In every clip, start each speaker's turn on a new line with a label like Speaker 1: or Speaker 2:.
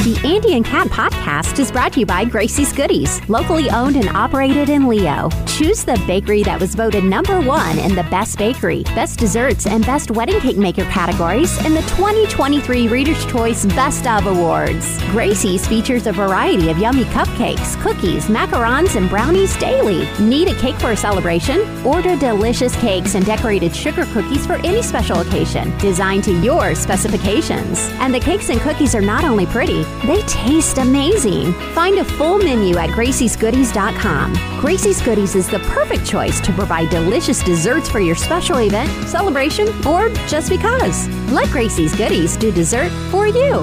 Speaker 1: The Andy and Cat podcast is brought to you by Gracie's Goodies, locally owned and operated in Leo. Choose the bakery that was voted number one in the best bakery, best desserts, and best wedding cake maker categories in the 2023 Reader's Choice Best of Awards. Gracie's features a variety of yummy cupcakes, cookies, macarons, and brownies daily. Need a cake for a celebration? Order delicious cakes and decorated sugar cookies for any special occasion, designed to your specifications. And the cakes and cookies are not only pretty, they taste amazing. Find a full menu at graciesgoodies.com. Gracie's Goodies is the perfect choice to provide delicious desserts for your special event, celebration, or just because. Let Gracie's Goodies do dessert for you.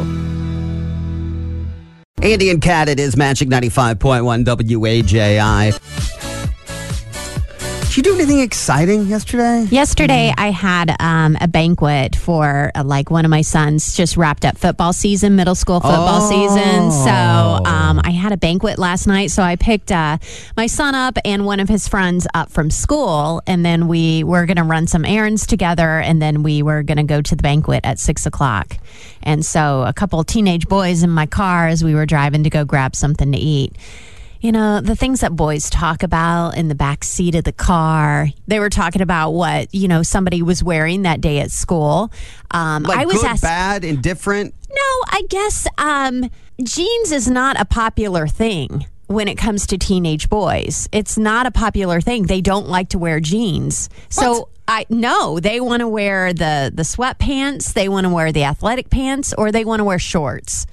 Speaker 2: Andy and Kat, it is Magic 95.1 WAJI. Did you do anything exciting yesterday?
Speaker 3: Yesterday, I had um, a banquet for uh, like one of my sons just wrapped up football season, middle school football
Speaker 2: Oh.
Speaker 3: season. So um, I had a banquet last night. So I picked uh, my son up and one of his friends up from school, and then we were going to run some errands together, and then we were going to go to the banquet at six o'clock. And so a couple teenage boys in my car as we were driving to go grab something to eat. You know, the things that boys talk about in the back seat of the car. They were talking about what, you know, somebody was wearing that day at school. Um,
Speaker 2: Like
Speaker 3: I was
Speaker 2: good,
Speaker 3: asked,
Speaker 2: bad, indifferent.
Speaker 3: no, I guess um, jeans is not a popular thing when it comes to teenage boys. It's not a popular thing. They don't like to wear jeans. So I no, they want to wear the the sweatpants, they want to wear the athletic pants, or they want to wear shorts.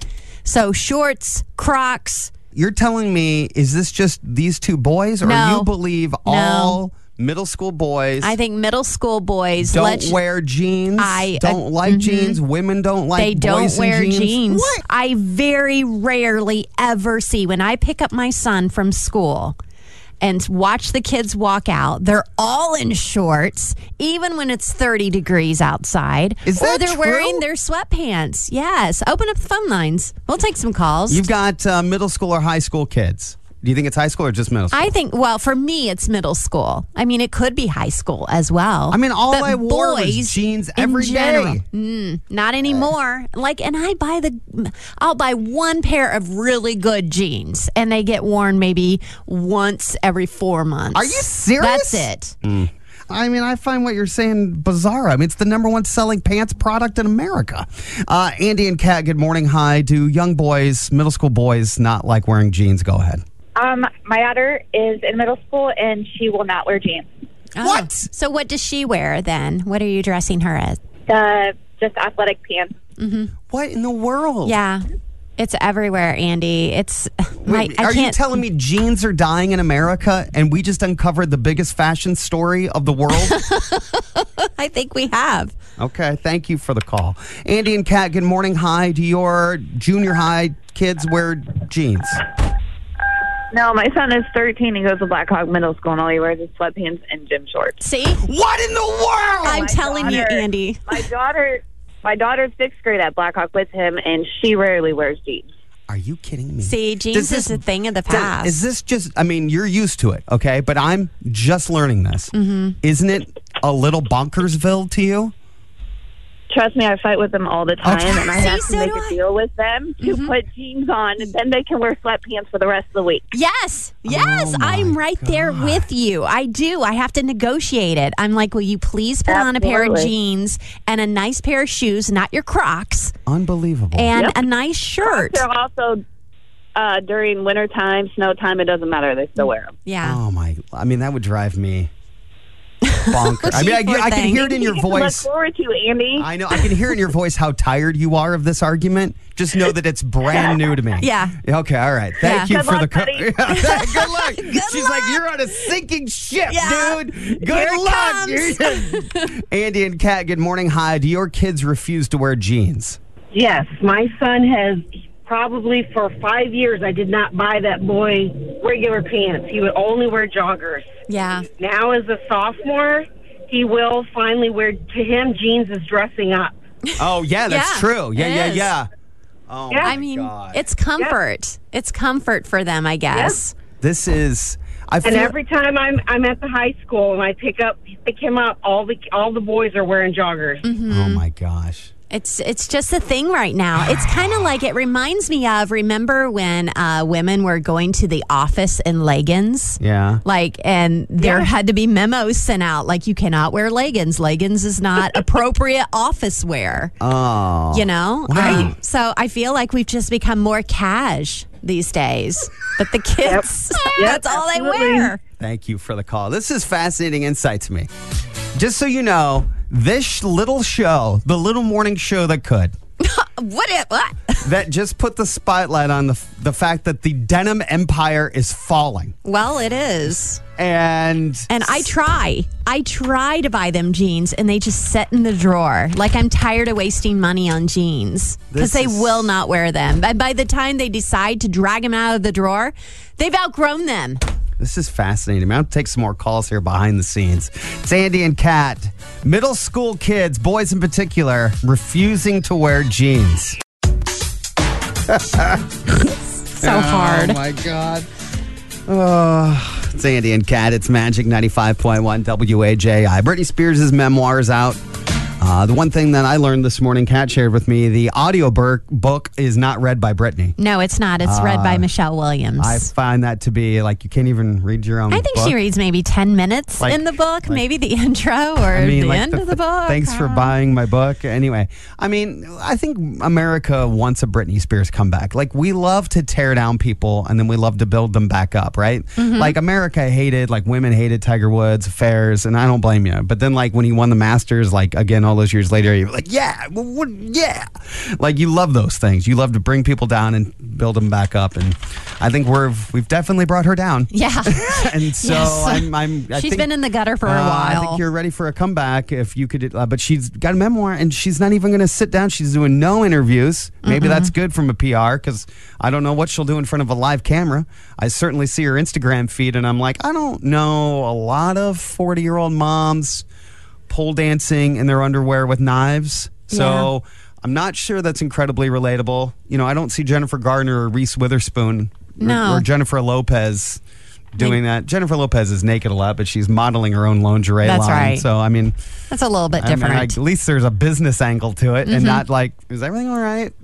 Speaker 3: So shorts, Crocs,
Speaker 2: You're telling me, is this just these two boys, or
Speaker 3: No.
Speaker 2: you believe all middle school boys
Speaker 3: I think middle school boys
Speaker 2: don't
Speaker 3: let's-
Speaker 2: wear jeans?
Speaker 3: I- uh, mm-hmm.
Speaker 2: don't like jeans. Women don't like.
Speaker 3: they don't
Speaker 2: boys in
Speaker 3: wear jeans.
Speaker 2: What?
Speaker 3: I very rarely ever see when I pick up my son from school and watch the kids walk out. They're all in shorts, even when it's 30 degrees outside.
Speaker 2: Is
Speaker 3: or
Speaker 2: that
Speaker 3: they're
Speaker 2: true?
Speaker 3: wearing their sweatpants. Yes. Open up the phone lines. We'll take some calls.
Speaker 2: You've got uh, middle school or high school kids. Do you think it's high school or just middle school?
Speaker 3: I think, well, for me, it's middle school. I mean, it could be high school as well.
Speaker 2: I mean, all
Speaker 3: But
Speaker 2: I wore was
Speaker 3: boys
Speaker 2: jeans
Speaker 3: in
Speaker 2: every
Speaker 3: general-
Speaker 2: day.
Speaker 3: Mm, not anymore. Like, and I buy the, I'll buy one pair of really good jeans, and they get worn maybe once every four months.
Speaker 2: Are you serious?
Speaker 3: That's it.
Speaker 2: I mean, I find what you're saying bizarre. I mean, it's the number one selling pants product in America. Uh, Andy and Kat, good morning. Hi. Do young boys, middle school boys, not like wearing jeans? Go ahead.
Speaker 4: Um, my daughter is in middle school and she will not wear jeans.
Speaker 3: Oh.
Speaker 2: What?
Speaker 3: So, what does she wear then? What are you dressing her as?
Speaker 4: The just athletic pants.
Speaker 2: What in the world?
Speaker 3: Yeah. It's everywhere, Andy. It's. my,
Speaker 2: Wait,
Speaker 3: I
Speaker 2: are
Speaker 3: can't,
Speaker 2: you telling me jeans are dying in America and we just uncovered the biggest fashion story of the world?
Speaker 3: I think we have.
Speaker 2: okay, thank you for the call. Andy and Kat, good morning. Hi. Do your junior high kids wear jeans?
Speaker 4: No, my son is 13. He goes to Black Hawk Middle School and all he wears is sweatpants and gym shorts.
Speaker 3: See?
Speaker 2: What in the world?
Speaker 3: I'm telling you,
Speaker 4: daughter.
Speaker 3: Andy.
Speaker 4: My daughter, my daughter's sixth grade at Black Hawk with him, and she rarely wears jeans.
Speaker 2: Are you kidding me?
Speaker 3: See, jeans
Speaker 2: Does
Speaker 3: is a thing of the
Speaker 2: does-
Speaker 3: past.
Speaker 2: Is this just? I mean, you're used to it, okay? But I'm just learning this.
Speaker 3: Mm-hmm.
Speaker 2: Isn't it a little bonkersville to you?
Speaker 4: Trust me, I fight with them all the time,
Speaker 2: Okay.
Speaker 4: and I
Speaker 3: See,
Speaker 4: have to
Speaker 3: so
Speaker 4: make
Speaker 3: do I.
Speaker 4: a deal with them to put jeans on, and then they can wear sweatpants for the rest of the week.
Speaker 3: Yes, yes,
Speaker 2: Oh my
Speaker 3: I'm right there with you. I do. I have to negotiate it. I'm like, will you please put on a pair of
Speaker 4: Absolutely.
Speaker 3: jeans and a nice pair of shoes, not your Crocs,
Speaker 2: Unbelievable.
Speaker 3: and a nice shirt?
Speaker 4: They're also uh, during winter time, snow time. It doesn't matter; they still wear them.
Speaker 3: Yeah.
Speaker 2: oh my! I mean, that would drive me bonkers. I mean, I,
Speaker 3: Poor
Speaker 2: I can
Speaker 3: thing.
Speaker 2: hear it in your
Speaker 4: You get to Look
Speaker 2: voice.
Speaker 4: forward to Andy.
Speaker 2: I know. I can hear in your voice how tired you are of this argument. Just know that it's brand new to me.
Speaker 3: Yeah.
Speaker 2: Okay. All right. Thank
Speaker 3: Yeah.
Speaker 2: you
Speaker 4: Good
Speaker 2: for the
Speaker 4: luck,
Speaker 2: co-
Speaker 4: buddy.
Speaker 2: Yeah, Good luck. She's like, you're on a sinking ship,
Speaker 3: Yeah.
Speaker 2: dude. Good
Speaker 3: Here it
Speaker 2: luck. Andy and Kat, good morning. Hi. Do your kids refuse to wear jeans?
Speaker 5: Yes, my son has probably for five years. I did not buy that boy regular pants. He would only wear joggers.
Speaker 3: Yeah.
Speaker 5: Now, as a sophomore, he will finally wear. To him, jeans is dressing up.
Speaker 2: Oh yeah, that's
Speaker 3: Yeah,
Speaker 2: true. Yeah,
Speaker 3: it
Speaker 2: yeah,
Speaker 3: is.
Speaker 2: yeah. Oh,
Speaker 5: Yeah.
Speaker 2: my
Speaker 3: I mean,
Speaker 2: God.
Speaker 3: it's comfort. It's comfort for them, I guess.
Speaker 2: this is. I feel
Speaker 5: And every time I'm I'm at the high school and I pick up pick him up, all the all the boys are wearing joggers.
Speaker 2: Oh my gosh.
Speaker 3: It's it's just a thing right now. It's kind of like it reminds me of remember when uh, women were going to the office in leggings.
Speaker 2: Yeah.
Speaker 3: Like, and there had to be memos sent out like you cannot wear leggings. Leggings is not appropriate office wear.
Speaker 2: Oh.
Speaker 3: you know.
Speaker 2: Wow.
Speaker 3: I- so I feel like we've just become more cash these days. But the kids, that's all they wear.
Speaker 2: Thank you for the call. This is fascinating insight to me. Just so you know, this sh- little show, the little morning show that could,
Speaker 3: What? It, what?
Speaker 2: that just put the spotlight on the, f- the fact that the denim empire is falling.
Speaker 3: Well, it is.
Speaker 2: And
Speaker 3: And I try. I try to buy them jeans and they just sit in the drawer. Like I'm tired of wasting money on jeans because
Speaker 2: This
Speaker 3: they
Speaker 2: is-
Speaker 3: will not wear them. And by the time they decide to drag them out of the drawer, they've outgrown them.
Speaker 2: this is fascinating. I'll take some more calls here behind the scenes. It's Andy and Kat, middle school kids, boys in particular, refusing to wear jeans.
Speaker 3: So hard.
Speaker 2: Oh my god. Oh, it's Andy and Kat. It's Magic 95.1 WAJI. Britney Spears' memoir is out. Uh, the one thing that I learned this morning, Kat shared with me, the audio bur- book is not read by Britney.
Speaker 3: No, it's not. It's read
Speaker 2: Ah.
Speaker 3: by Michelle Williams.
Speaker 2: I
Speaker 3: i
Speaker 2: find that to be like you can't even read your own.
Speaker 3: think
Speaker 2: book.
Speaker 3: she reads maybe 10 minutes
Speaker 2: Like-
Speaker 3: in the book,
Speaker 2: like-
Speaker 3: maybe the intro or
Speaker 2: I mean,
Speaker 3: the
Speaker 2: like
Speaker 3: end
Speaker 2: the-
Speaker 3: of the book.
Speaker 2: Thanks for buying my book. Anyway, I mean, I think America wants a Britney Spears comeback. Like we love to tear down people and then we love to build them back up, right?
Speaker 3: Mm-hmm.
Speaker 2: Like America hated, like women hated Tiger Woods affairs, and I don't blame you. But then, like when he won the Masters, like again all those years later, you're like, yeah, well, what, yeah, like you love those things. You love to bring people down and build them back up, and I think we've we've definitely brought her down.
Speaker 3: Yeah.
Speaker 2: And so
Speaker 3: Yes.
Speaker 2: I'm, I'm. I
Speaker 3: She's
Speaker 2: think-
Speaker 3: been in the gutter for a
Speaker 2: uh, I
Speaker 3: while.
Speaker 2: think you're ready for a comeback if you could. Uh, but she's got a memoir and she's not even going to sit down. She's doing no interviews. Maybe that's
Speaker 3: Mm-hmm.
Speaker 2: good from a PR because I don't know what she'll do in front of a live camera. I certainly see her Instagram feed and I'm like, I don't know a lot of 40 year old moms pole dancing in their underwear with knives. So. I'm not sure that's incredibly relatable. You know, I don't see Jennifer Garner or Reese Witherspoon or-
Speaker 3: No.
Speaker 2: or Jennifer Lopez doing that. Jennifer Lopez is naked a lot, but she's modeling her own lingerie
Speaker 3: That's
Speaker 2: line.
Speaker 3: right.
Speaker 2: So I mean,
Speaker 3: That's a little bit
Speaker 2: I mean,
Speaker 3: different. Mm-hmm.
Speaker 2: I- at least there's a business angle to it, and not like, is everything all right?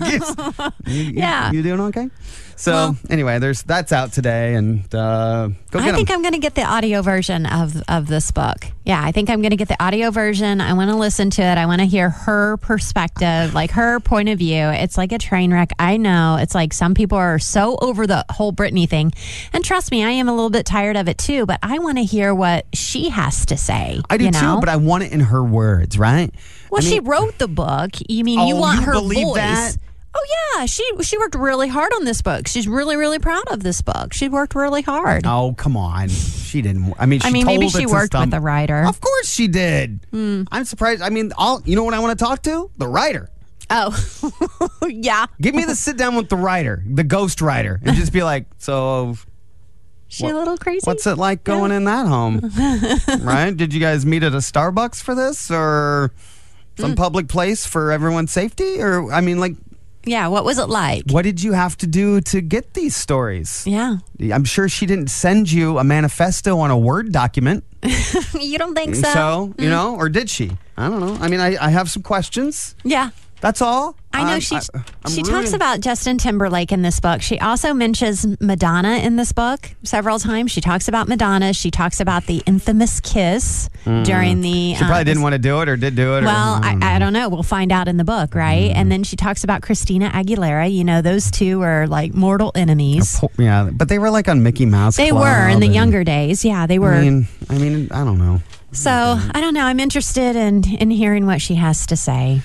Speaker 2: it's- you, you-
Speaker 3: Yeah.
Speaker 2: you doing okay? So
Speaker 3: Well-
Speaker 2: anyway, there's that's out today, and uh, go
Speaker 3: I
Speaker 2: get
Speaker 3: think
Speaker 2: them.
Speaker 3: I'm going to get the audio version of of this book. Yeah, I think I'm going to get the audio version. I want to listen to it. I want to hear her perspective, like her point of view. It's like a train wreck. I know. It's like some people are so over the whole Britney thing, and trust me, I am a little bit tired of it too. But I want to hear what she has to say.
Speaker 2: I do
Speaker 3: you know?
Speaker 2: too, but I want it in her words, right?
Speaker 3: well,
Speaker 2: I mean,
Speaker 3: she wrote the book. You mean you
Speaker 2: Oh,
Speaker 3: want
Speaker 2: you
Speaker 3: her
Speaker 2: believe
Speaker 3: voice?
Speaker 2: that?
Speaker 3: Oh yeah, she she worked really hard on this book. She's really really proud of this book. She worked really hard.
Speaker 2: Oh come on! She didn't. I mean, she
Speaker 3: I mean, maybe
Speaker 2: told it
Speaker 3: she
Speaker 2: to
Speaker 3: worked
Speaker 2: some-
Speaker 3: with a writer. Hmm.
Speaker 2: Of course she did. I'm surprised. I mean, all you know what I want to talk to the writer.
Speaker 3: Oh, yeah.
Speaker 2: Give me the sit down with the writer, the ghost writer, and just be like, so
Speaker 3: She a little crazy.
Speaker 2: what's it like going in that home? right? Did you guys meet at a Starbucks for this or
Speaker 3: Mm.
Speaker 2: some public place for everyone's safety? Or, I mean, like,
Speaker 3: Yeah. What was it like?
Speaker 2: what did you have to do to get these stories?
Speaker 3: Yeah.
Speaker 2: I'm sure she didn't send you a manifesto on a Word document.
Speaker 3: you don't think so?
Speaker 2: So,
Speaker 3: Mm.
Speaker 2: you know, or did she? I don't know. I mean, I, I have some questions.
Speaker 3: Yeah.
Speaker 2: That's all.
Speaker 3: I know
Speaker 2: I'm-
Speaker 3: she
Speaker 2: I- I'm
Speaker 3: she
Speaker 2: ruining-
Speaker 3: talks about Justin Timberlake in this book. She also mentions Madonna in this book several times. She talks about Madonna. She talks about the infamous kiss during the.
Speaker 2: Mm.
Speaker 3: uh,
Speaker 2: She probably didn't want to Mm. do it or did do it. or-
Speaker 3: Well, I,
Speaker 2: don't know.
Speaker 3: I don't know. We'll find out in the book, right? And then she talks about Christina Aguilera. You know, those two are like mortal enemies.
Speaker 2: Po- yeah, but they were like on Mickey Mouse.
Speaker 3: They
Speaker 2: Club
Speaker 3: were in the
Speaker 2: and-
Speaker 3: younger days. Yeah, they were.
Speaker 2: I mean, I mean, I don't know.
Speaker 3: So
Speaker 2: Mm-hmm.
Speaker 3: I don't know. I'm interested in in hearing what she has to say.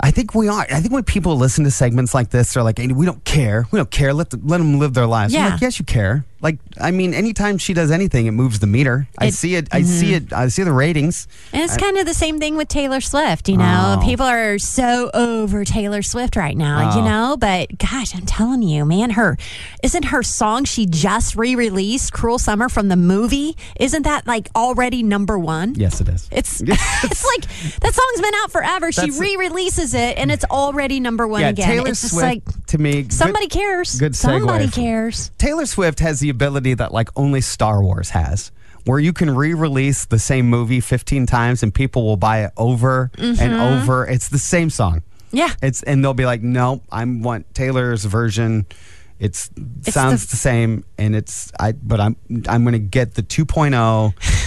Speaker 2: I think we are. I think when people listen to segments like this, they're like, "Andy, we don't care. We don't care. Let the, let them live their lives." I'm
Speaker 3: Yeah.
Speaker 2: like, yes, you care. Like, I mean, anytime she does anything, it moves the meter. I
Speaker 3: It- Mm-hmm.
Speaker 2: see it. I see it. I see the ratings.
Speaker 3: And it's kind of the same thing with Taylor Swift. You know,
Speaker 2: Oh.
Speaker 3: people are so over Taylor Swift right now.
Speaker 2: Oh.
Speaker 3: You know, but gosh, I'm telling you, man, her isn't her song she just re released, "Cruel Summer" from the movie. Isn't that like already number one?
Speaker 2: Yes, it is.
Speaker 3: It's it's like that song's been out forever. She
Speaker 2: That's-
Speaker 3: re releases it, and it's already number one
Speaker 2: yeah,
Speaker 3: again.
Speaker 2: Taylor
Speaker 3: it's just
Speaker 2: Swift
Speaker 3: like
Speaker 2: to me. good-
Speaker 3: somebody cares.
Speaker 2: good segue
Speaker 3: Somebody
Speaker 2: from-
Speaker 3: cares.
Speaker 2: Taylor Swift has the ability that like only Star Wars has. where you can re-release the same movie 15 times and people will buy it over and over. It's the same song.
Speaker 3: Yeah.
Speaker 2: It's and they'll be like, "No, I want Taylor's version. It's, sounds the, same and it's I but I'm I'm going to get the 2.0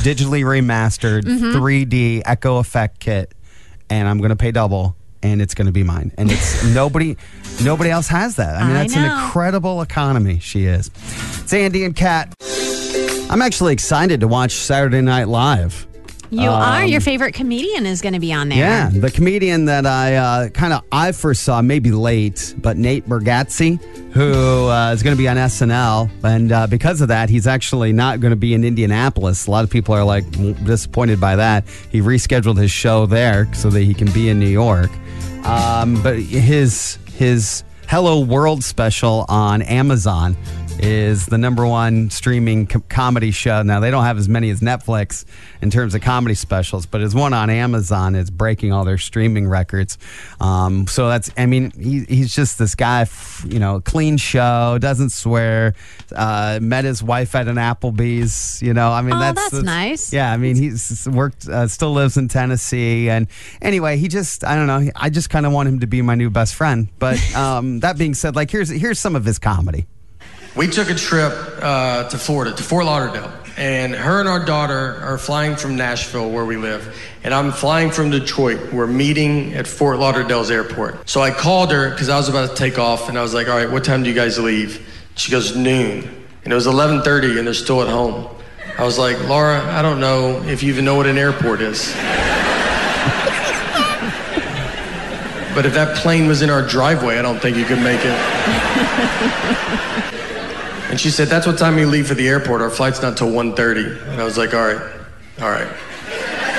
Speaker 2: digitally remastered 3D echo effect kit and I'm going to pay double." And it's going to be mine, and it's nobody, nobody else has that. I mean,
Speaker 3: I
Speaker 2: that's an
Speaker 3: know.
Speaker 2: incredible economy. She is. It's Andy and Kat. I'm actually excited to watch Saturday Night Live.
Speaker 3: You are. Your favorite comedian is going to be on there.
Speaker 2: Um, Yeah, the comedian that I uh, kind of I foresaw maybe late, but Nate Bergazzi, who uh, is going to be on SNL, and uh, because of that, he's actually not going to be in Indianapolis. A lot of people are like disappointed by that. He rescheduled his show there so that he can be in New York. Um, but his his Hello World special on Amazon is the number one streaming com- comedy show. Now they don't have as many as Netflix in terms of comedy specials, but his one on Amazon is breaking all their streaming records. Um, so that's, I mean, he, he's just this guy, f- you know, clean show, doesn't swear, uh, met his wife at an Applebee's. You know, I mean,
Speaker 3: Oh,
Speaker 2: that's,
Speaker 3: that's nice.
Speaker 2: Yeah, I mean, he's worked, uh, still lives in Tennessee, and anyway, he just, I don't know, I just kind of want him to be my new best friend. But um, that being said, like here's here's some of his comedy.
Speaker 6: We took a trip uh, to Florida, to Fort Lauderdale, and her and our daughter are flying from Nashville, where we live, and I'm flying from Detroit. We're meeting at Fort Lauderdale's airport. So I called her because I was about to take off, and I was like, "All right, what time do you guys leave?" She goes, "Noon," and it was 11:30, and they're still at home. I was like, "Laura, I don't know if you even know what an airport is." But if that plane was in our driveway, I don't think you could make it. And she said, "That's what time you leave for the airport. Our flight's not till 1:30." And I was like, "All right, all right."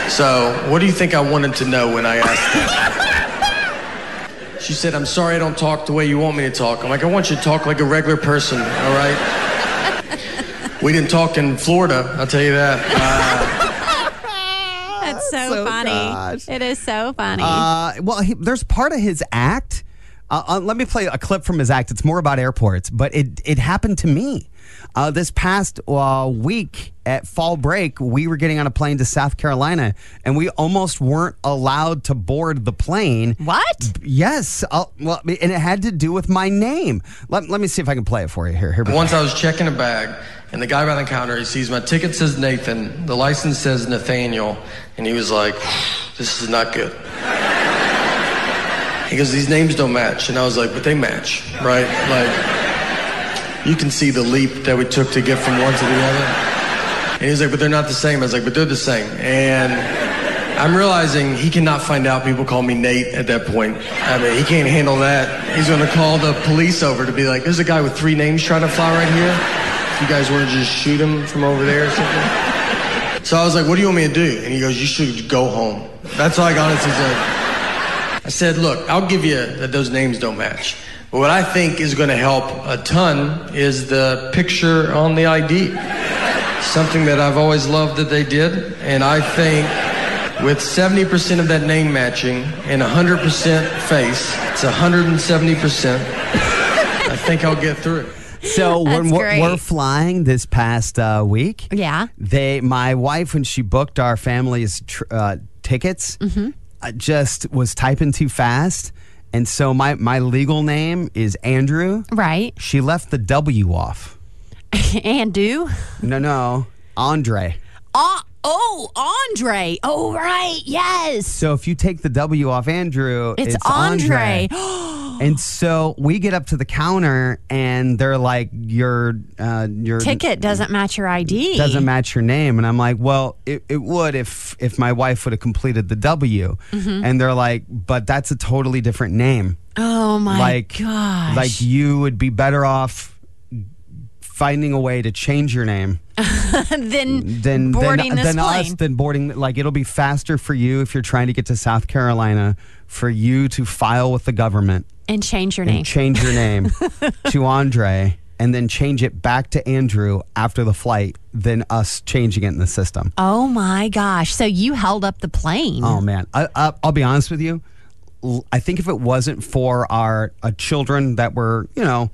Speaker 6: So, what do you think I wanted to know when I asked that? She said, "I'm sorry I don't talk the way you want me to talk." I'm like, "I want you to talk like a regular person, all right?" We didn't talk in Florida, I'll tell you that.
Speaker 3: Oh, That's so,
Speaker 2: So
Speaker 3: funny.
Speaker 2: gosh.
Speaker 3: It is so funny.
Speaker 2: Uh, well, he, there's part of his act. Uh, uh, let me play a clip from his act. It's more about airports, but it it happened to me uh, this past uh, week at fall break. We were getting on a plane to South Carolina, and we almost weren't allowed to board the plane.
Speaker 3: what?
Speaker 2: Yes, uh, well, and it had to do with my name. Let, let me see if I can play it for you here. Here we go.
Speaker 6: Once I was checking a bag, and the guy behind the counter, he sees my ticket says Nathan, the license says Nathaniel, and he was like, "This is not good." He goes, "These names don't match," and I was like, "But they match, right?" Like, you can see the leap that we took to get from one to the other. And he was like, "But they're not the same." I was like, "But they're the same," and. I'm realizing he cannot find out people call me Nate at that point. I mean, he can't handle that. He's going to call the police over to be like, there's a guy with three names trying to fly right here. If you guys want to just shoot him from over there or something. So I was like, what do you want me to do? And he goes, you should go home. That's all I got. It's like, I said, look, I'll give you that those names don't match. But what I think is going to help a ton is the picture on the ID. Something that I've always loved that they did. And I think with 70% of that name matching and 100% face, it's 170%. I think I'll get through it.
Speaker 2: So when
Speaker 3: That's
Speaker 2: we're,
Speaker 3: great.
Speaker 2: we're flying this past uh, week,
Speaker 3: Yeah.
Speaker 2: they my wife when she booked our family's tr- uh, tickets,
Speaker 3: Mm-hmm.
Speaker 2: uh, just was typing too fast, and so my my legal name is Andrew.
Speaker 3: Right.
Speaker 2: She left the W off.
Speaker 3: and do.
Speaker 2: No, no, Andre.
Speaker 3: Oh, oh, Andre. Oh, right. Yes.
Speaker 2: So if you take the W off Andrew,
Speaker 3: It's,
Speaker 2: it's,
Speaker 3: Andre.
Speaker 2: and so we get up to the counter, and they're like, "Your uh, your
Speaker 3: Ticket doesn't match your ID.
Speaker 2: doesn't match your name and i'm like well it, it would if if my wife would have completed the w and they're like but that's a totally different name
Speaker 3: Mm-hmm. Oh my
Speaker 2: like
Speaker 3: gosh.
Speaker 2: like you would be better off finding a way to change your name
Speaker 3: then,
Speaker 2: than
Speaker 3: boarding
Speaker 2: than,
Speaker 3: this
Speaker 2: than us
Speaker 3: plane.
Speaker 2: than boarding like it'll be faster for you if you're trying to get to south carolina for you to file with the government
Speaker 3: and change your
Speaker 2: and
Speaker 3: name.
Speaker 2: change your name to andre and then change it back to andrew after the flight than us changing it in the system
Speaker 3: oh my gosh. So you held up the plane.
Speaker 2: Oh man, I, I, I'll be honest with you. L- I think if it wasn't for our uh, children that were, you know,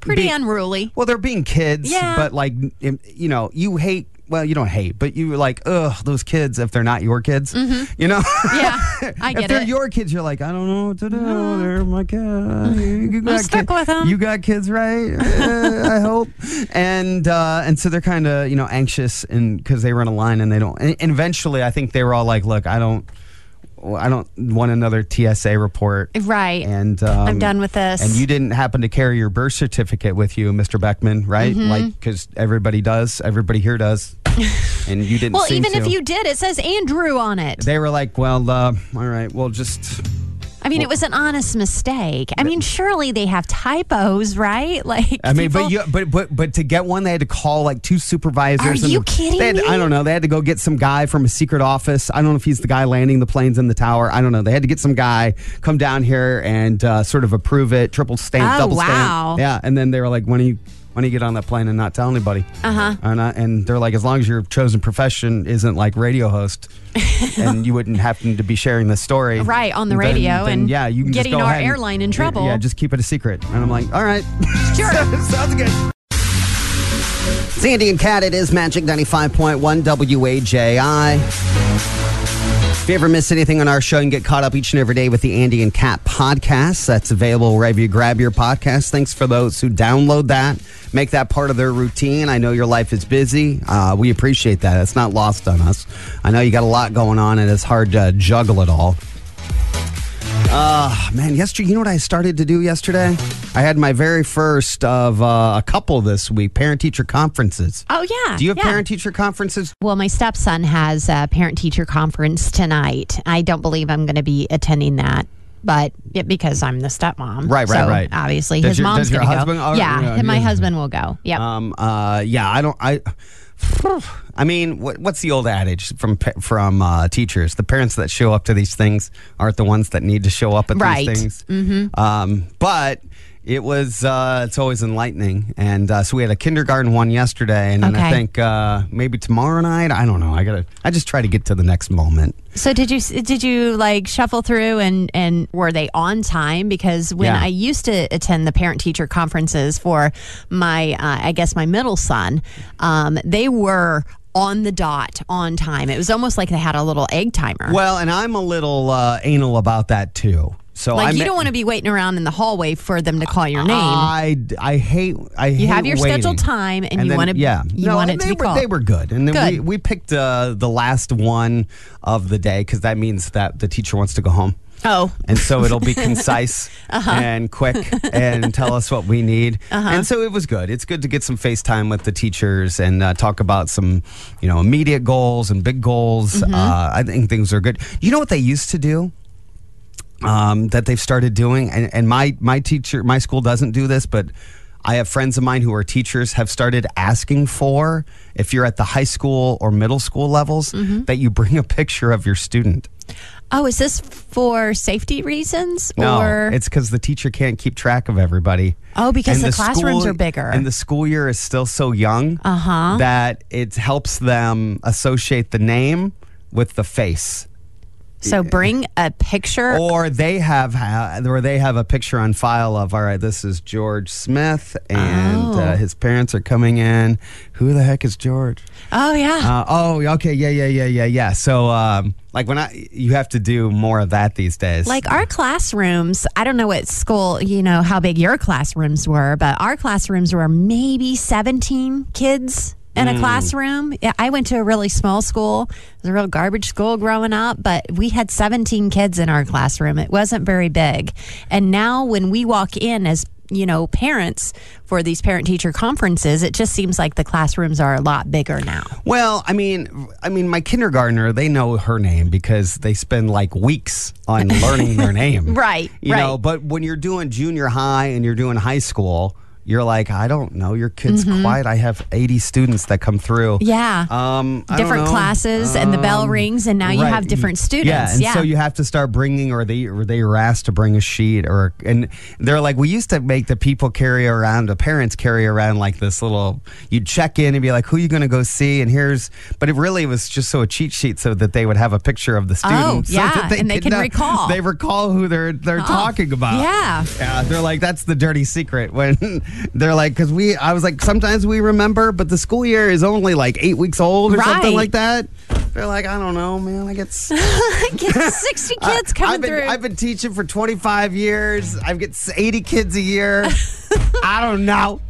Speaker 3: Pretty
Speaker 2: be-
Speaker 3: unruly.
Speaker 2: well, they're being kids,
Speaker 3: Yeah.
Speaker 2: but like, n- you know, you hate well, you don't hate, but you were like, ugh, those kids if they're not your kids, you know.
Speaker 3: Yeah, Mm-hmm. I
Speaker 2: if
Speaker 3: get
Speaker 2: they're
Speaker 3: it.
Speaker 2: your kids, you're like, I don't know what to do. They're my kid. You got
Speaker 3: Mm-hmm. stuck with 'em.
Speaker 2: You got kids, right? Uh, I hope. And uh, and so they're kind of you know anxious and because they run a line and they don't. And, and eventually, I think they were all like, look, I don't. I don't want another TSA report.
Speaker 3: Right.
Speaker 2: And um,
Speaker 3: I'm done with this.
Speaker 2: And you didn't happen to carry your birth certificate with you, Mr. Beckman, right?
Speaker 3: Mm-hmm.
Speaker 2: Like, because everybody does. Everybody here does. and you didn't.
Speaker 3: well,
Speaker 2: seem
Speaker 3: even if
Speaker 2: to.
Speaker 3: you did, it says Andrew on it.
Speaker 2: They were like, well, uh, all right, well, just
Speaker 3: I mean, it was an honest mistake. I mean, surely they have typos, right? Like,
Speaker 2: I mean, but
Speaker 3: people-
Speaker 2: you, but but but to get one, they had to call like two supervisors.
Speaker 3: Are
Speaker 2: and
Speaker 3: you
Speaker 2: They had,
Speaker 3: kidding
Speaker 2: I
Speaker 3: me?
Speaker 2: don't know. They had to go get some guy from a secret office. I don't know if he's the guy landing the planes in the tower. I don't know. They had to get some guy come down here and uh, sort of approve it, triple stamp,
Speaker 3: Oh,
Speaker 2: double
Speaker 3: wow.
Speaker 2: stamp. Yeah, and then they were like, when do you when do you get on that plane and not tell anybody? Uh
Speaker 3: Uh-huh.
Speaker 2: huh. And I, and they're like, as long as your chosen profession isn't like radio host, and you wouldn't happen to be sharing this story
Speaker 3: Right, on the
Speaker 2: then-
Speaker 3: radio
Speaker 2: then,
Speaker 3: and
Speaker 2: yeah, you can just
Speaker 3: getting
Speaker 2: go
Speaker 3: our
Speaker 2: ahead and-
Speaker 3: airline in trouble.
Speaker 2: Yeah, just keep it a secret. And I'm like, all right.
Speaker 3: Sure.
Speaker 2: Sounds good. Sandy and Cat, it is Magic 95.1 WAJI. If you ever miss anything on our show, you can get caught up each and every day with the Andy and Cat podcast. That's available wherever you grab your podcast. Thanks for those who download that, make that part of their routine. I know your life is busy. Uh, we appreciate that. It's not lost on us. I know you got a lot going on, and it's hard to juggle it all. Ah, man, yesterday, you know what I started to do yesterday? I had my very first of uh, a couple this week parent teacher conferences.
Speaker 3: oh, yeah.
Speaker 2: Do you have
Speaker 3: yeah.
Speaker 2: parent teacher conferences?
Speaker 3: Well, my stepson has a parent teacher conference tonight. I don't believe I'm going to be attending that. But yeah, because I'm the stepmom,
Speaker 2: Right, right,
Speaker 3: So
Speaker 2: right.
Speaker 3: Obviously,
Speaker 2: Does
Speaker 3: his
Speaker 2: your-
Speaker 3: mom's
Speaker 2: does your
Speaker 3: gonna go.
Speaker 2: husband- oh,
Speaker 3: yeah,
Speaker 2: yeah,
Speaker 3: and my
Speaker 2: yeah.
Speaker 3: husband will go. Yep.
Speaker 2: Um, uh, yeah, I don't. I. I mean, what, what's the old adage from pa- from uh, teachers? The parents that show up to these things aren't the ones that need to show up at
Speaker 3: Right.
Speaker 2: these things. Mm-hmm. Um, but it was uh, it's always enlightening, and uh, so we had a kindergarten one yesterday, and then I
Speaker 3: Okay.
Speaker 2: think uh, maybe tomorrow night. I don't know. I gotta. I just try to get to the next moment.
Speaker 3: So did you did you like shuffle through and and were they on time? Because when
Speaker 2: Yeah.
Speaker 3: I used to attend the parent teacher conferences for my uh, I guess my middle son, um, they were on the dot on time. It was almost like they had a little egg timer.
Speaker 2: Well, and I'm a little uh, anal about that too. So
Speaker 3: like
Speaker 2: I
Speaker 3: you don't want to be waiting around in the hallway for them to call your name.
Speaker 2: I, I hate I
Speaker 3: You have your scheduled time and you wanna-
Speaker 2: yeah
Speaker 3: you
Speaker 2: no,
Speaker 3: want
Speaker 2: and
Speaker 3: it to
Speaker 2: they
Speaker 3: be
Speaker 2: were
Speaker 3: called.
Speaker 2: they were good and then we
Speaker 3: Good.
Speaker 2: we picked uh, the last one of the day because that means that the teacher wants to go home
Speaker 3: oh,
Speaker 2: and so it'll be concise and quick and tell us what we need. And so it was good. It's good to get some FaceTime with the teachers and uh, talk about some, you know, immediate goals and big goals. Uh, I think things are good. You know what they used to do? Um, that they've started doing, and, and my my teacher, my school doesn't do this, but I have friends of mine who are teachers have started asking for if you're at the high school or middle school levels that you bring a picture of your student.
Speaker 3: oh, is this for safety reasons
Speaker 2: No,
Speaker 3: or
Speaker 2: it's because the teacher can't keep track of everybody.
Speaker 3: Oh, because
Speaker 2: And
Speaker 3: the classrooms
Speaker 2: school-
Speaker 3: are bigger.
Speaker 2: and the school year is still so young uh-huh. that it helps them associate the name with the face,
Speaker 3: so? Bring a picture.
Speaker 2: or they have ha- or they have a picture on file of all right, this is George Smith, and uh,
Speaker 3: Oh.
Speaker 2: his parents are coming in. Who the heck is George?
Speaker 3: oh yeah.
Speaker 2: Uh, oh, okay, yeah, yeah, yeah, yeah, yeah. So, um, like when I, you have to do more of that these days.
Speaker 3: Like our classrooms, I don't know what school, you know, how big your classrooms were, but our classrooms were maybe 17 kids in
Speaker 2: Hmm.
Speaker 3: a classroom. Yeah, I went to a really small school. It was a real garbage school growing up, but we had 17 kids in our classroom. It wasn't very big. And now when we walk in as you know, parents for these parent teacher conferences, it just seems like the classrooms are a lot bigger now.
Speaker 2: Well, I mean, I mean, my kindergartner, they know her name because they spend like weeks on learning their name.
Speaker 3: Right,
Speaker 2: You know,
Speaker 3: right.
Speaker 2: but when you're doing junior high and you're doing high school, you're like, I don't know, your kid's quiet. I have 80 students that come through.
Speaker 3: Mm-hmm. Yeah.
Speaker 2: Um, I don't
Speaker 3: different
Speaker 2: know.
Speaker 3: classes and the bell
Speaker 2: Um,
Speaker 3: rings, and now you
Speaker 2: right.
Speaker 3: have different students.
Speaker 2: Yeah, and so you have to start bringing, or they or they are asked to bring a sheet, or and they're like, we used to make the people carry around, the parents carry around like this little. You'd check in and be like, who you going to go see? And here's, but it really was just so a cheat sheet so that they would have a picture of the student,
Speaker 3: Oh,
Speaker 2: so
Speaker 3: yeah,
Speaker 2: that
Speaker 3: and they
Speaker 2: could
Speaker 3: can
Speaker 2: know-
Speaker 3: recall. Oh,
Speaker 2: they recall who they're they're talking about.
Speaker 3: yeah.
Speaker 2: Yeah, they're like that's the dirty secret when They're like, because we, I was like, sometimes we remember, but the school year is only like eight weeks old or something
Speaker 3: Right.
Speaker 2: like that. They're like, I don't know, man. I get s-
Speaker 3: Get 60 kids
Speaker 2: I-
Speaker 3: coming
Speaker 2: Uh, I've been,
Speaker 3: through.
Speaker 2: I've been teaching for 25 years. I've got 80 kids a year. I don't know.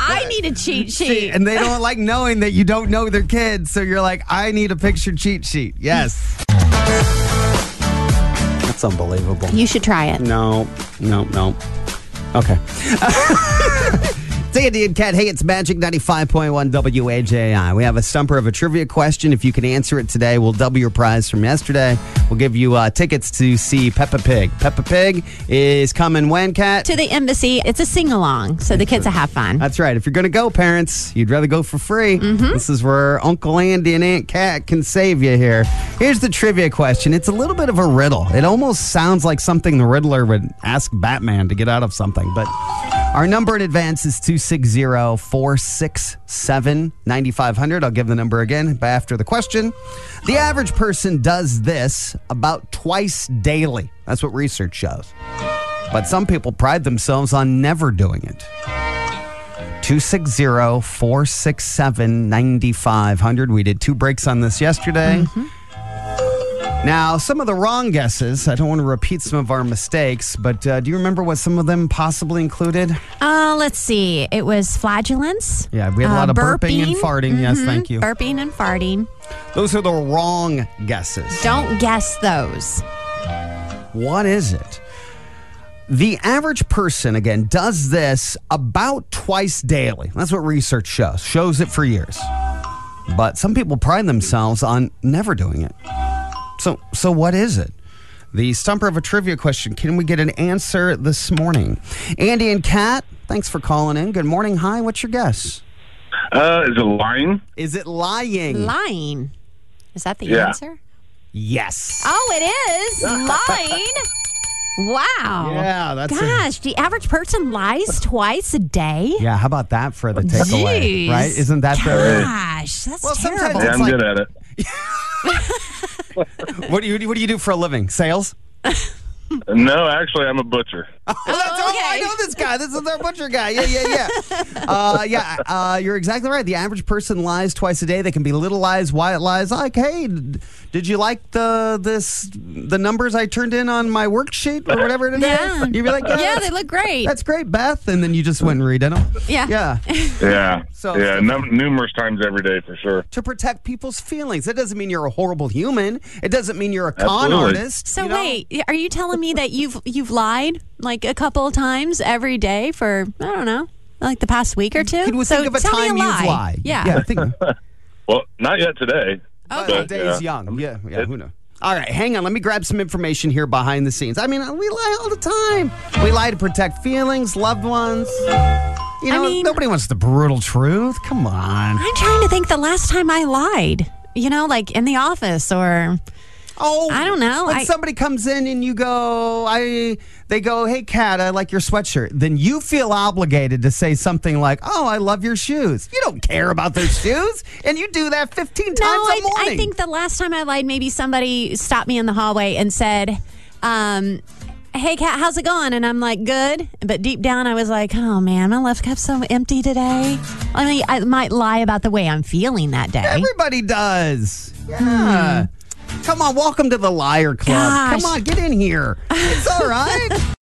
Speaker 3: I need a cheat sheet.
Speaker 2: And they don't like knowing that you don't know their kids. So you're like, I need a picture cheat sheet. Yes. That's unbelievable.
Speaker 3: you should try it.
Speaker 2: No, no, no. Okay. Say it, Dean Cat. Hey, it's Magic 95.1 WAJI. We have a stumper of a trivia question. If you can answer it today, we'll double your prize from yesterday. We'll give you uh, tickets to see Peppa Pig. Peppa Pig is coming when, Cat?
Speaker 3: To the embassy, it's a sing along, so the kids will have fun.
Speaker 2: That's right. If you're going to go, parents, you'd rather go for free. This is where Uncle Andy and Aunt Kat can save you here. Here's the trivia question. It's a little bit of a riddle. It almost sounds like something the Riddler would ask Batman to get out of something, but our number in advance is 260 467 9500. I'll give the number again but after the question. The average person does this about twice daily. That's what research shows. But some people pride themselves on never doing it. 260-467-9500. We did two breaks on this yesterday. Now, some of the wrong guesses. I don't want to repeat some of our mistakes, but uh, do you remember what some of them possibly included?
Speaker 3: Uh, let's see. It was flagellants.
Speaker 2: Yeah, we
Speaker 3: uh,
Speaker 2: had a
Speaker 3: Mm-hmm.
Speaker 2: lot of burping and farting. Yes, thank you.
Speaker 3: Burping and farting.
Speaker 2: Those are the wrong guesses.
Speaker 3: Don't guess those.
Speaker 2: What is it? The average person, again, does this about twice daily. That's what research shows, shows it for years. But some people pride themselves on never doing it. So, so what is it? The stumper of a trivia question. Can we get an answer this morning? Andy and Kat, thanks for calling in. Good morning. Hi, what's your guess?
Speaker 7: Uh, is it lying?
Speaker 2: Is it lying?
Speaker 3: Lying. Is that the
Speaker 7: Yeah.
Speaker 3: answer?
Speaker 2: yes.
Speaker 3: Oh, it is lying. Wow.
Speaker 2: Yeah, that's a-
Speaker 3: Gosh, the average person lies twice a day.
Speaker 2: Yeah, how about that for the takeaway?
Speaker 3: Jeez.
Speaker 2: Right? Isn't that the
Speaker 3: Gosh, that's
Speaker 2: Well, sometimes
Speaker 3: terrible.
Speaker 7: Yeah,
Speaker 2: It's
Speaker 7: I'm
Speaker 2: like-
Speaker 7: good at it.
Speaker 2: what do you what do you do for a living? Sales?
Speaker 7: No, actually, I'm a butcher.
Speaker 2: That's- oh, I
Speaker 3: okay.
Speaker 2: know this guy. This is our butcher guy. Yeah, yeah, yeah. uh, yeah, uh, you're exactly right. The average person lies twice a day. They can be little lies, white lies. Like, hey, d- did you like the this the numbers I turned in on my worksheet or whatever it is?
Speaker 3: Yeah.
Speaker 2: You'd be like, yeah,
Speaker 3: Yeah,
Speaker 2: that's,
Speaker 3: they look great.
Speaker 2: that's great, Beth. And then you just went and redid them.
Speaker 3: Yeah.
Speaker 2: Yeah.
Speaker 7: Yeah,
Speaker 2: So-
Speaker 7: yeah, num- numerous times every day for sure.
Speaker 2: to protect people's feelings. That doesn't mean you're a horrible human. It doesn't mean you're a con
Speaker 7: Absolutely.
Speaker 2: artist.
Speaker 3: So
Speaker 2: you know?
Speaker 3: wait, are you telling me that you've you've lied like a couple of times every day for I don't know, like the past week or two?
Speaker 2: Could we
Speaker 3: so
Speaker 2: think of a
Speaker 3: tell me
Speaker 2: time
Speaker 3: a
Speaker 2: you've
Speaker 3: lie.
Speaker 2: lied?
Speaker 3: Yeah.
Speaker 2: Yeah. Think,
Speaker 7: Well, not yet today.
Speaker 2: Well,
Speaker 7: But,
Speaker 2: Oh, the day is
Speaker 7: yeah.
Speaker 2: young. Yeah, yeah. Who knows? All right, hang on. Let me grab some information here behind the scenes. I mean, we lie all the time. We lie to protect feelings, loved ones. You
Speaker 3: I
Speaker 2: know,
Speaker 3: mean-
Speaker 2: nobody wants the brutal truth. Come on.
Speaker 3: I'm trying to think the last time I lied. You know, like in the office or
Speaker 2: Oh,
Speaker 3: I don't know.
Speaker 2: When
Speaker 3: I-
Speaker 2: somebody comes in and you go, I, they go, hey, Kat, I like your sweatshirt. Then you feel obligated to say something like, oh, I love your shoes. You don't care about their shoes, and you do that 15
Speaker 3: No,
Speaker 2: times
Speaker 3: I,
Speaker 2: a morning.
Speaker 3: I think the last time I lied, maybe somebody stopped me in the hallway and said, um, "Hey, Kat, how's it going?" And I'm like, "Good," but deep down, I was like, "Oh man, my left cup's so empty today." I mean, I might lie about the way I'm feeling that day.
Speaker 2: Everybody does. Yeah. Come on, welcome to the Liar Club.
Speaker 3: Gosh.
Speaker 2: Come on, get in here. It's all right.